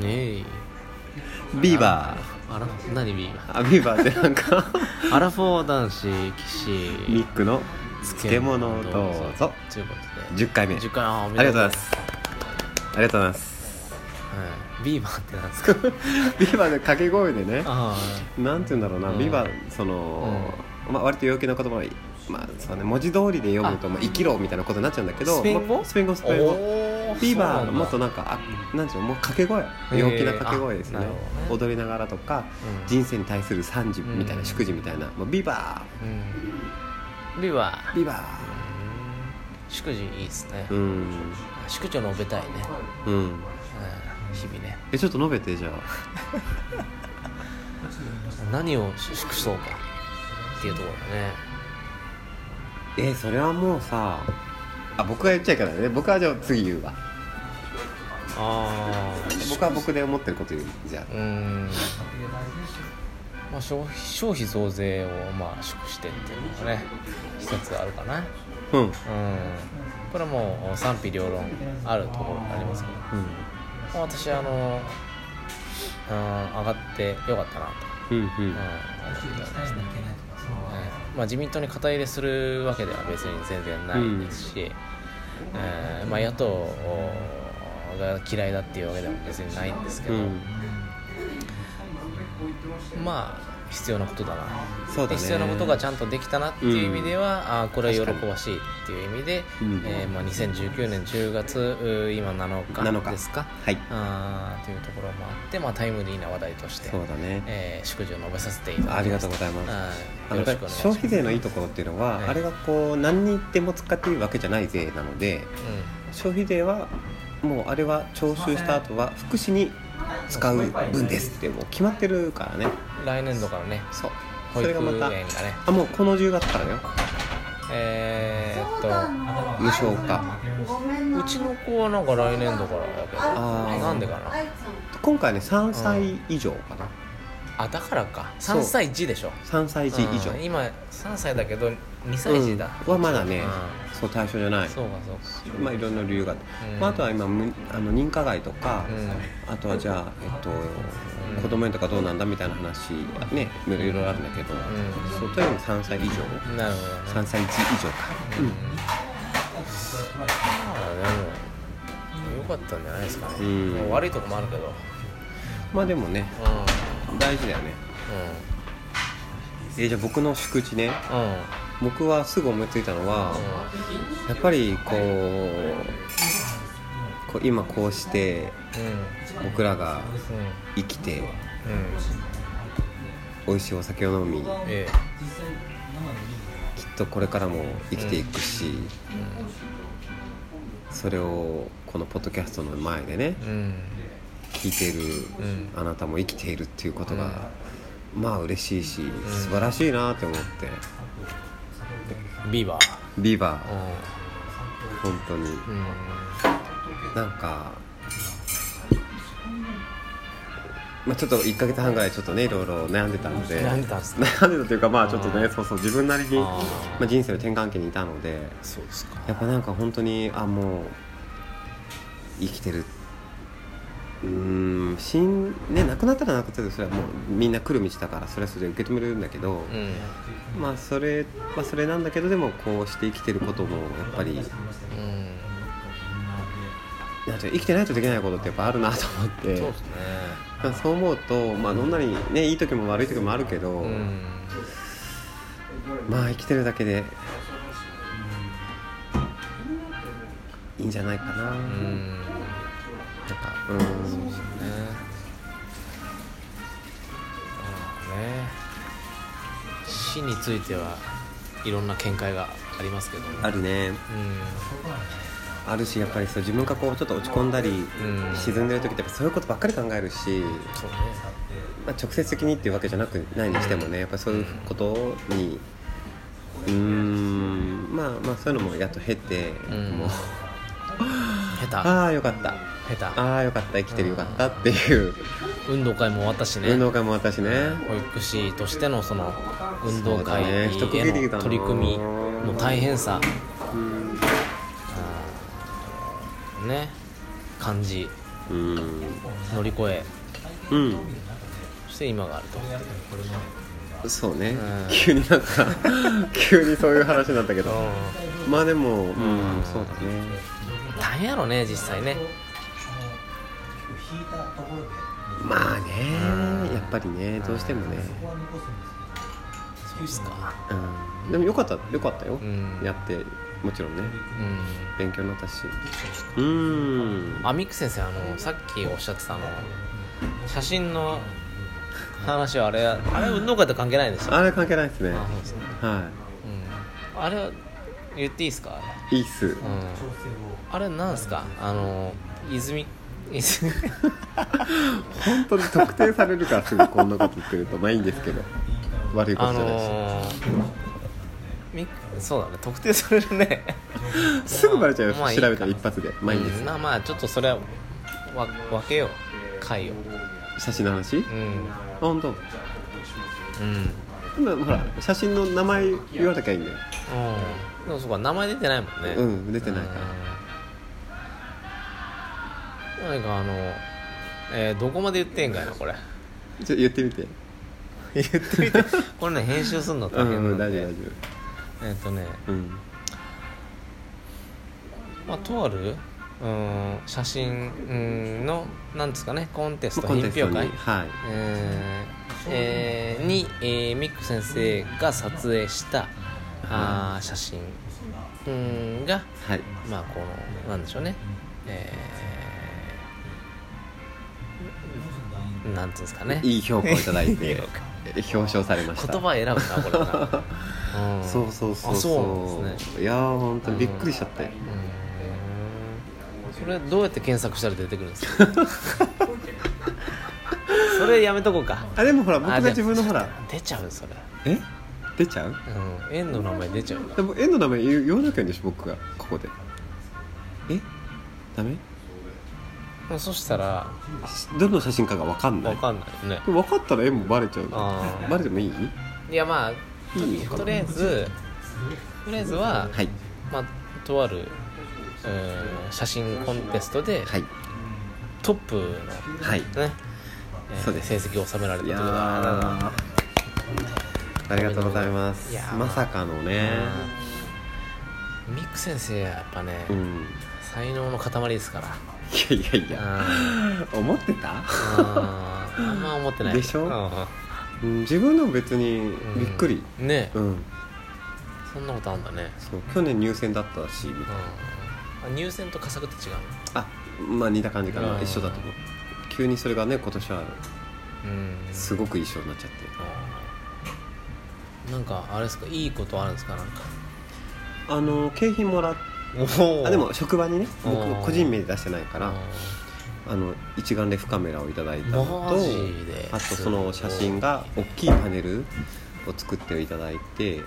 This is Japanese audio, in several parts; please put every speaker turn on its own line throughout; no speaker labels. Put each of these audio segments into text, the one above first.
ねえ
ビーバ
あら何ビーバー
ーあビーバーってなんか
アラフォー男子
ミ
騎
ックの
士
漬物をどうぞ
ということで
10回目あ
10回あお
り
め
がと
で
うございますありがとうございます
はい、ビーバーってなんですか
ビーバーの掛け声でね
あ
なんて言うんだろうな、
うん
ビバその、まあ、割と陽気な言葉まあそうね、文字通りで読むと
あ
まあ、生きろみたいなことになっちゃうんだけど
スペイン語
まあスペイン語ス
あ
ペイン語ビーバーもっと
な
なんかあなんていうのもう掛け声陽気な掛け声ですね,、
あなるほど
踊りながらとか
うん
人生に対する惨事みたいな、
うん
祝辞みたいなもうビバ
うんビーバー
ービバ
祝辞いいですね、
ーうん
祝辞を述べたいね、
うん
うん、日々ね
えちょっと述べてじゃあ
何を祝そうかっていうところだね
えそれはもうさあ僕が言っちゃいけないね僕はじゃあ次言うわ
ああ
僕は僕で思ってること言うじゃあ
うーん、まあ、消費消費増税をまあ祝してっていうのがね一つあるかなうん
うん、うん、
これはもう賛否両論あるところになりますけど、まあ、私あのうん上がってよかったなと、
うんうん
うん、思ってますね、うんまあ、自民党に肩入れするわけでは別に全然ないですし、うんまあ、野党が嫌いだっていうわけでも別にないんですけど、
うん
まあ必要なことだな
そうだね
必要なことがちゃんとできたなっていう意味では、ああこれは喜ばしいっていう意味で、
うん
えーまあ、2019年10月うー今7
7
日
日
ですか
はい
あーというところもあって、まあ、タイムリーな話題として
そう、だね、
えー祝辞を述べさせていただきました
ありがとうございます
はい
あ
よろしくお願
の
いします
消費税のいいところっていうのは、
はい
あれがこう何にでも使っていいわけじゃない税なので消費税はもうあれは徴収した後は福祉に使う分ですってもう決まってるからね
うん、来年度からね
そうそ
保育
れ
園が
がま
ね
たあもうこの10月からだよ
えー、っと
無償化
うちの子はなんか来年度からだけど
あー
なんでかな
今回ね3歳以上かな、
あだからか
そう
3歳児でしょ
3歳児以上
うん今3歳だけど2歳児だ、
うんはまだね
う
そう対象じゃない
んそうかそうか
まあいろんな理由があって、
うん
まあ、あとは今むあの認可外とか、あとはじゃあ、えっと
ん
子供園とかどうなんだみたいな話ねいろいろあるんだけど、
ん
そうとにかく3歳以上
うんなるほど、
3
ね、
歳児以上か、
まあでもよかったんじゃないですかね、
うん
もう悪いとこもあるけどうん
まあでもね大事だよねえじゃあ僕の祝辞ね
うんうん
僕はすぐ思いついたのはやっぱりこうこう今こうして僕ら
うん
が
うん
生きて
うん
美味しいお酒を飲み
ええ
きっとこれからも生きていくし、それをこのポッドキャストの前でね
うん
聞いている
うん
あなたも生きているっていうことが、まあ嬉しいし素晴らしいなって思って、
ビーバー
ビバー
う
本当に
んうん
なんか、まあ、ちょっと1ヶ月半ぐらいちょっとねいろいろ悩んでたので
悩んでたんですね
悩んでたというかまあちょっと
あ
ね
ー
そうそう自分なりに
あー
まあ、人生の転換期にいたので
そうですか
やっぱなんか本当にあもう生きてるうーん死んね亡くなったら亡くなったでそれはもうみんな来る道だからそれはそれで受け止めるんだけど、
うん
まあそれまあそれなんだけどでもこうして生きてることもやっぱりなんて
うん
いうの生きてないとできないことってやっぱあるなと思って
そうですね
まあそう思うとまあどんなにねいい時も悪い時もあるけど、
うん
まあ生きてるだけでいいんじゃないかな、
うん
なんかうん
ねまあね死についてはいろんな見解がありますけどね
あるね
う
あるしやっぱりそう自分がこうちょっと落ち込んだり、
ん
沈んでる時ってやっぱそういうことばっかり考えるし、
そうね
まあ、直接的にっていうわけじゃなくないにしてもねやっぱりそういうことにうーんまあまあそういうのもやっと経て、
うん
もう
下
ああよかった
手下
ああよかった生きてるよかったっていう、
手運動会も終わったしね
運動会も私ね
保育士としてのその運動会
そうだ
へ
ね一区切りだ
の
な
取り組みの大変さ
うん
ね感じ
うん
乗り越え
うん
そして今があると
そうね、
うん
急になんか急にそういう話になったけど
うん
まあでもうんんそうだね
大変やろね実際ね
まあね
うん
やっぱりねどうしてもね
そうっすか
うんでもよかったよかったよ
うん
やってもちろんね
うん
勉強になったしうん
あミック先生あのさっきおっしゃってたあの写真の話はあれあれ運動会と関係ないんですよ
あれ関係ないですね
あそうですね
は
うんあれは言っていいですかあれ
いいいっす
うんあれなんですかあの泉泉
本当に特定されるからすぐこんなこと言ってるとまあいいんですけど悪いこ
あ
とじゃないし、
のーみそうだね特定されるね
すぐバレちゃうよ、
まあいい
調べたら一発でまあいいんです、
うんまあまあちょっとそれはわ分けよう回を
写真の話、
う
あ
ん
本当
うん
今ほら写真の名前言わなきゃいいんだよ、
うんでもそうか名前出てないもんね
うん出てないから
ら何かあのえーどこまで言ってんかいな これ
ちょ言ってみて
言ってみてこれね編集するの
う
大
ん
変な
うん
ん
大丈
で
夫大丈
えっとね
夫うん
まあとあるうん写真うんのなんですかねコンテスト
コンテ
品
スト
評
に
会
はい
えーえーに、えーミック先生が撮影したあー写真うんが、
はい
まあこのなんでしょうね、えー、なんていうんですかね
いい評価をいただいて 表彰されました
言葉選ぶなこれ はな、ん
そうそうそう
あそうなんですね
いやー本当にびっくりしちゃったよ、
うーんそれどうやって検索したら出てくるんですか それやめとこうか
あでもほら僕
あ
が
じゃあ
自分のほら
出ちゃうそれ
え出ちゃう
うん園の名前出ちゃう
でも絵の名前言う言わなきゃいいんでしょ僕がここでえダメ
うんそしたら
どの写真かが分かんない
分かんないよね
分かったら絵もバレちゃう
あー
バレてもいい
いやまあ
いい
とりあえずとりあえずは、
はい
まあ、とあるうん写真コンテストで、
はい
トップのね、
はい
えー
そうです
成績を収められた
い
という
や
こ
ー
とだ
ありがとうございます
いやー
まさかのね
ミック先生はやっぱね、
うん
才能の塊ですから
いやいやいや
あ
思ってた
あーあんま思ってない
でしょ
う
うん自分でも別に
ん
びっくり
ね
うん
そんなことあんだね
そう去年入選だったしみた
う
いな
んあ入選と佳作って違うの
あまあ似た感じか
う
なん一緒だと思う急にそれがね今年は
うん
すごく一緒になっちゃって
うんなんかあれですかいいことあるんですかなんか
あの景品もらっ
お
あでも職場にね僕
おー
個人名で出してないから
ら
あの一眼レフカメラをいただいたのと
マジで
あとその写真が大きいパネルを作っていただいて、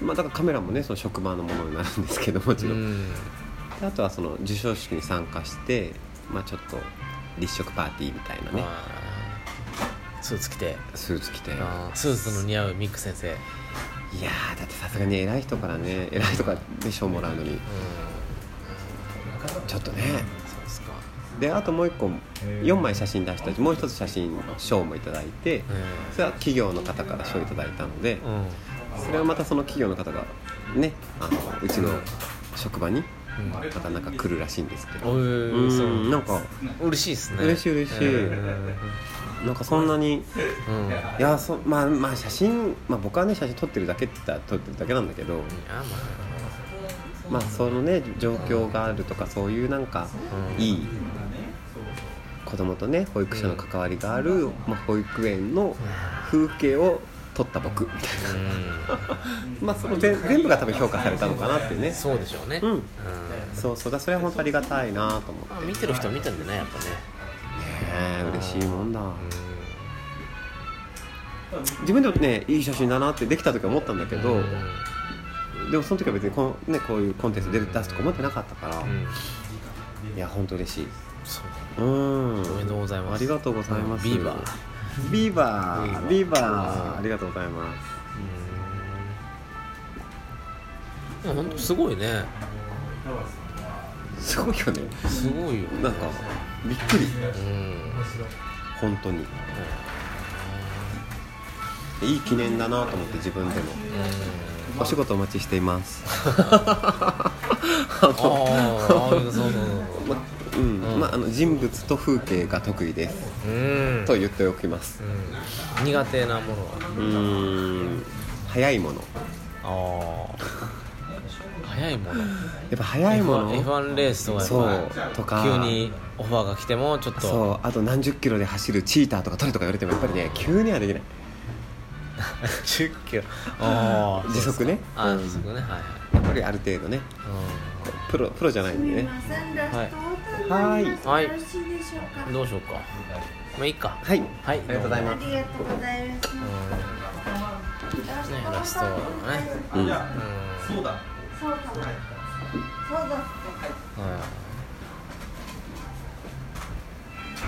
うん
まあ、だからカメラもねその職場のものになるんですけどもちろ
う
ん、
ん
あとはその授賞式に参加して、まあ、ちょっと立食パーティーみたいなね
まあスーツ着て
スーツ着ていや
あースーツの似合うミック先生
ーだってさすがに偉い人からね偉い人からで賞もらうのにちょっとね
そうですか
であともう一個4枚写真出したしもう一つ写真賞もいただいて、それは企業の方から賞いただいたので、
うんうん
それはまたその企業の方がねあのうちの職場に
うん
またなんか来るらしいんですけ
お
どう
ーそ
ん
う
なんか
嬉しいですね
嬉しい嬉しい
うん
なんかそんなに
うんいや
いやそまあまあ写真、まあ、僕はね写真撮ってるだけって言ったら撮ってるだけなんだけど
ま
まあそのね状況があるとかそういうなんか
うん
いい子供とね保育所の関わりがある、まあ、保育園の風景を撮った僕みたい
あうん
なまあその全全部が多分評価されたのかなっていうね
そうでしょうね
うん
うん
そうそうだそれは本当ありがたいなと思って
まあ見てる人は見たんでねやっぱね
ねえ嬉しいもんだ
う
自分でもねいい写真だなってできた時は思ったんだけ
ん
ど
うん
でもその時は別にこの、ね、こういうコンテストで出すとか思ってなかったから、
うん
いや本当嬉しい
そう
うん
おめでとうございます
ありがとうございます
ビーバー
ービーバービーバーありがとうございます
うんいやほんとすごいね
すごいよね
すごいよね
なんかびっくり
うん
本当にいい記念だなと思って自分でもお仕事お待ちしていますあ
あ
の
あそうそうそう
まうん
うん
まあ、あの人物と風景が得意です
うん
と言っておきます
うん苦手なものは
うーん早いもの
ああ早いもの
やっぱ早いもの
F1, F1 レースとか
そうとか
急にオファーが来てもちょっ と
そうあと何十キロで走るチーターとかトリとか言われてもやっぱりね急にはできない
10キロああ
時速ね
あ
う
ー
ん
時速ねはいはい
やっぱりある程度ねプロプロじゃないんでね
はい
はーい
はい
よろしいでしょうか
うんどうしようかまあいいか
はい
はい
ありがとうござい
あ
ます
りがとうございます
うんねラストはね
うん
うん
そうだ
そうだそうだ
うん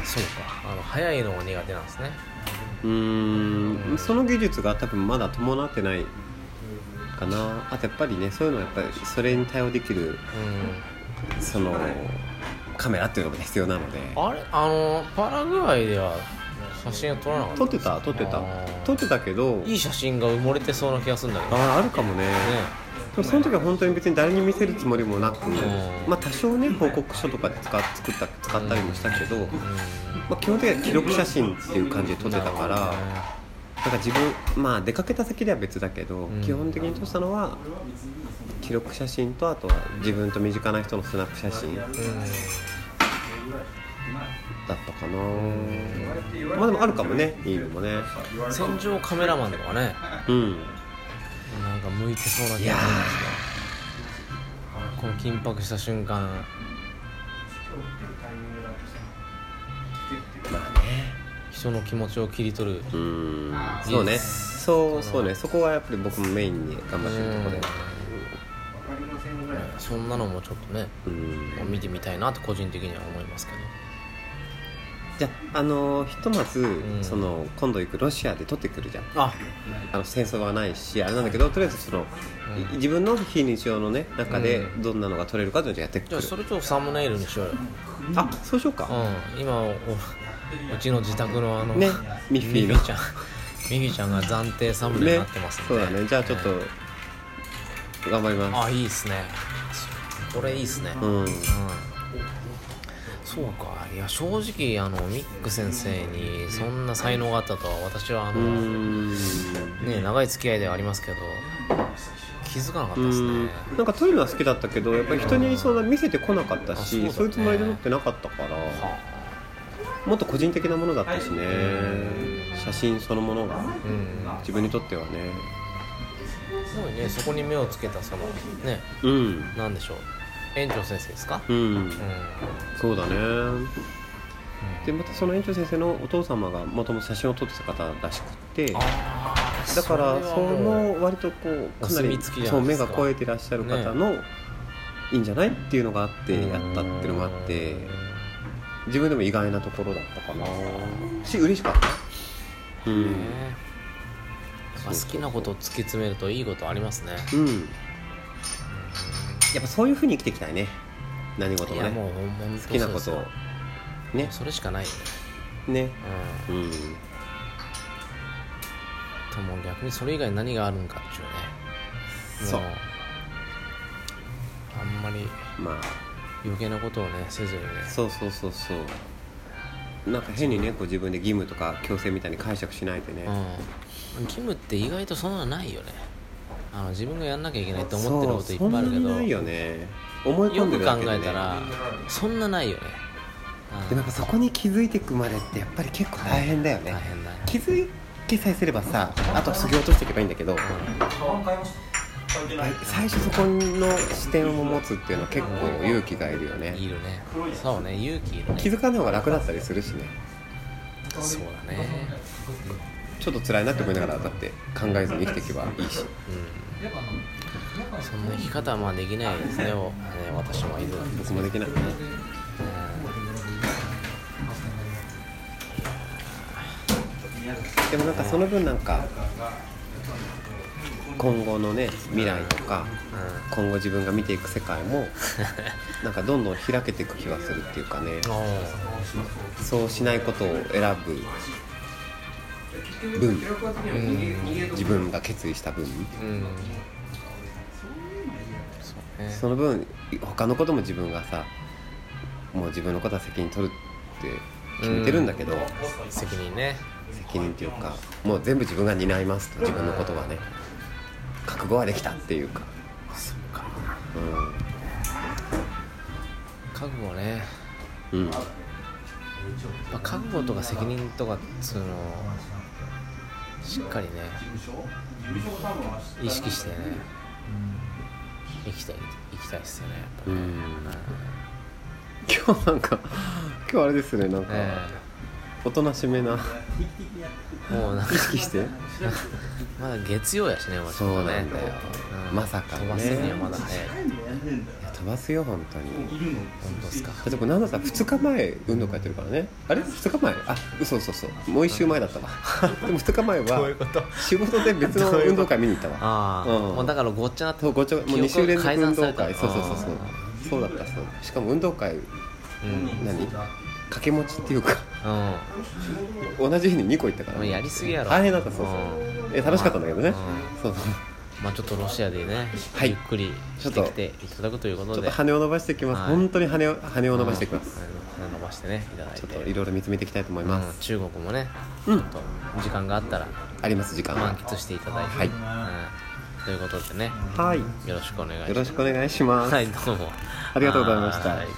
そうかあの早いのが苦手なんですね
うーんその技術が多分まだ伴ってないかなあとやっぱりねそういうのはやっぱりそれに対応できる
うん
そのカメラっていうのが必要なので
あれあのパラグアイでは写真を撮らなかった
撮ってた撮って
あ
た
ー
撮ってたけど
いい写真が埋もれてそうな気がするんだけ
あ
どね
ーあるかもねでもその時は本当に別に誰に見せるつもりもなく
ん
まあ多少ね報告書とかで使っ作った使ったりもしたけど、
うん
まあ、基本的には記録写真っていう感じで撮ってたか
な
ら
るほど
なん
ね
か自分まあ出かけた先では別だけど、
うん
基本的に撮ったのは記録写真とあとは自分と身近な人のスナップ写真だっ
う
たかな、まあでもあるかもねいいのもね
ん戦場カメラマンとかね
うん
なんか向いてそうな気がするんですけどこの緊迫した瞬間人の気持ちを切り取る
うんそうねそうそうねそこはやっぱり僕もメインに頑張ってるところで
そんなのもちょっとね
うん
見てみたいなって個人的には思いますけど
じゃあ、あのひとまず、
ん
その今度行くロシアで取ってくるじゃん
あ
あの戦争はないしあれなんだけどとりあえずその、
うん
い自分の非日常のね中で
う
どんなのが取れるかっていうのをやってく
じ
る、
ゃあそれちょっとサムネイルにしようよ
あそうしようか、
うん今おうちの自宅のあの
ねミッフィーの
ミちゃんミフィちゃんが暫定サムネになってますん
そ
で、
うだねじゃあちょっと、頑張ります
あいいっすねこれいいっすね
うん
そうかいや正直あのミック先生にそんな才能があったとは私はあの、
うん
ね長い付き合いではありますけど気づかなかったですね
んなんか撮るのは好きだったけどやっぱり人にそんな見せてこなかったし、
あ
そ
そううだね
いうつもりで撮ってなかったからもっと個人的なものだったしね、写真そのものが
うん
自分にとってはね
すごいねそこに目をつけたそのね
うん
なんでしょう園長先生ですか
うん
う
そうだねでまたその園長先生のお父様がもともと写真を撮ってた方らしくって
ん
だ
あー
から
れは
そ
もう
の割とこうかな
お墨
り
付きじゃ
そ
な
う
いで
目
すか
が肥えてらっしゃる方のいいんじゃないっていうのがあってやったっていうのもあって自分でも意外なところだったかなし嬉しかったう
うんんねやっぱ好きなことを突き詰めるといいことありますね
うんやっぱそういうふうに生きていきたいね何事
い
も
や
ね
もうほんほんと
好きなこ
そ
と
う
を
です
ね
それしかないよね
ね
うん
うん
とも逆にそれ以外に何があるんかっていうね
そう
もあんまり
まあ
余計なことをねせずにね
そうそうそうそうなんか変にねこう自分で義務とか強制みたいに解釈しないでね、
うん義務って意外とそんなのないよねあの自分がやんなきゃいけないと思ってることいっぱいあるけ
そうそん
ど
なにないよね思い込
よ
んで
く
る
考
だけで、ね、
えたらそんなないよね
でもやっぱそこに気づいていくまでってやっぱり結構大変だよね、
大変だね
気づきさえすればさあとは削ぎ落としていけばいいんだけど、最初そこの視点を持つっていうのは結構勇気がいるよね、
いるねそうね勇気いるね
気づかない方が楽だったりするしね
そうだね
ちょっと辛いなって思いながらだって考えずに生きていけばいいし
うんそんな生き方はまあできないですねおね私もいずれ
僕もできないねでもなんかその分なんか今後のね未来とか今後自分が見ていく世界もなんかどんどん開けていく気がするっていうかね
うん、おー
そうしないことを選ぶ分
うん
自分が決意した分
うんそうね
その分他のことも自分がさもう自分のことは責任取るって決めてるんだけど、
責任ね
責任っていうかもう全部自分が担いますと自分のことはね覚悟はできたっていうか
覚悟ね、
うんうん
まあ、覚悟とか責任とかっつうのをしっかりね意識してね生きたい生きたいっすよねやっぱ
う
ね
ん今日なんか今日あれですねなんか
え
おとなしめな
えもうなんか
意識して
まだ月曜やしねもちろ
そうなんだよまさかね
飛ばすにはまだね
いや飛ばすよ本当にだ
本当っすか
ってこれなんださ2日前運動会やってるからねあれ2日前あ嘘そうそうもう1週前 だったわでも2日前は
こと
仕事で別の運動会見に行ったわ
ああ、
うん
もうだからごっちゃなって
そうごちゃもう
記憶
2週連続
改ざ
運
んさ
動
れた
会そうそうそうそうそうだったそうしかも運動
う
会
ん、うん
何掛け持ちっていうか
う
同じ日に2個行ったか
ん、
ら
もうやりすぎやろ
大変だったそうそう
う
え楽しかったんだけどね
う
そうそう
まあちょっとロシアでね、
はい
ゆっくりしてきていただくということ
ちょっ
で
と羽を伸ばしてきます
はい
本当に羽を羽を伸ばしてきます
うん羽伸ばしてねいただい
ち
て
ょっといろいろ見つめていきたいと思いま
うん
す
中国もね、
うん
ちょっと時間があったら
あります時間
満喫していただいて、
はい
うんということでね
はい
よろしくお願いします
よろしくお願いします
はいどうも
ありがとうございました
はい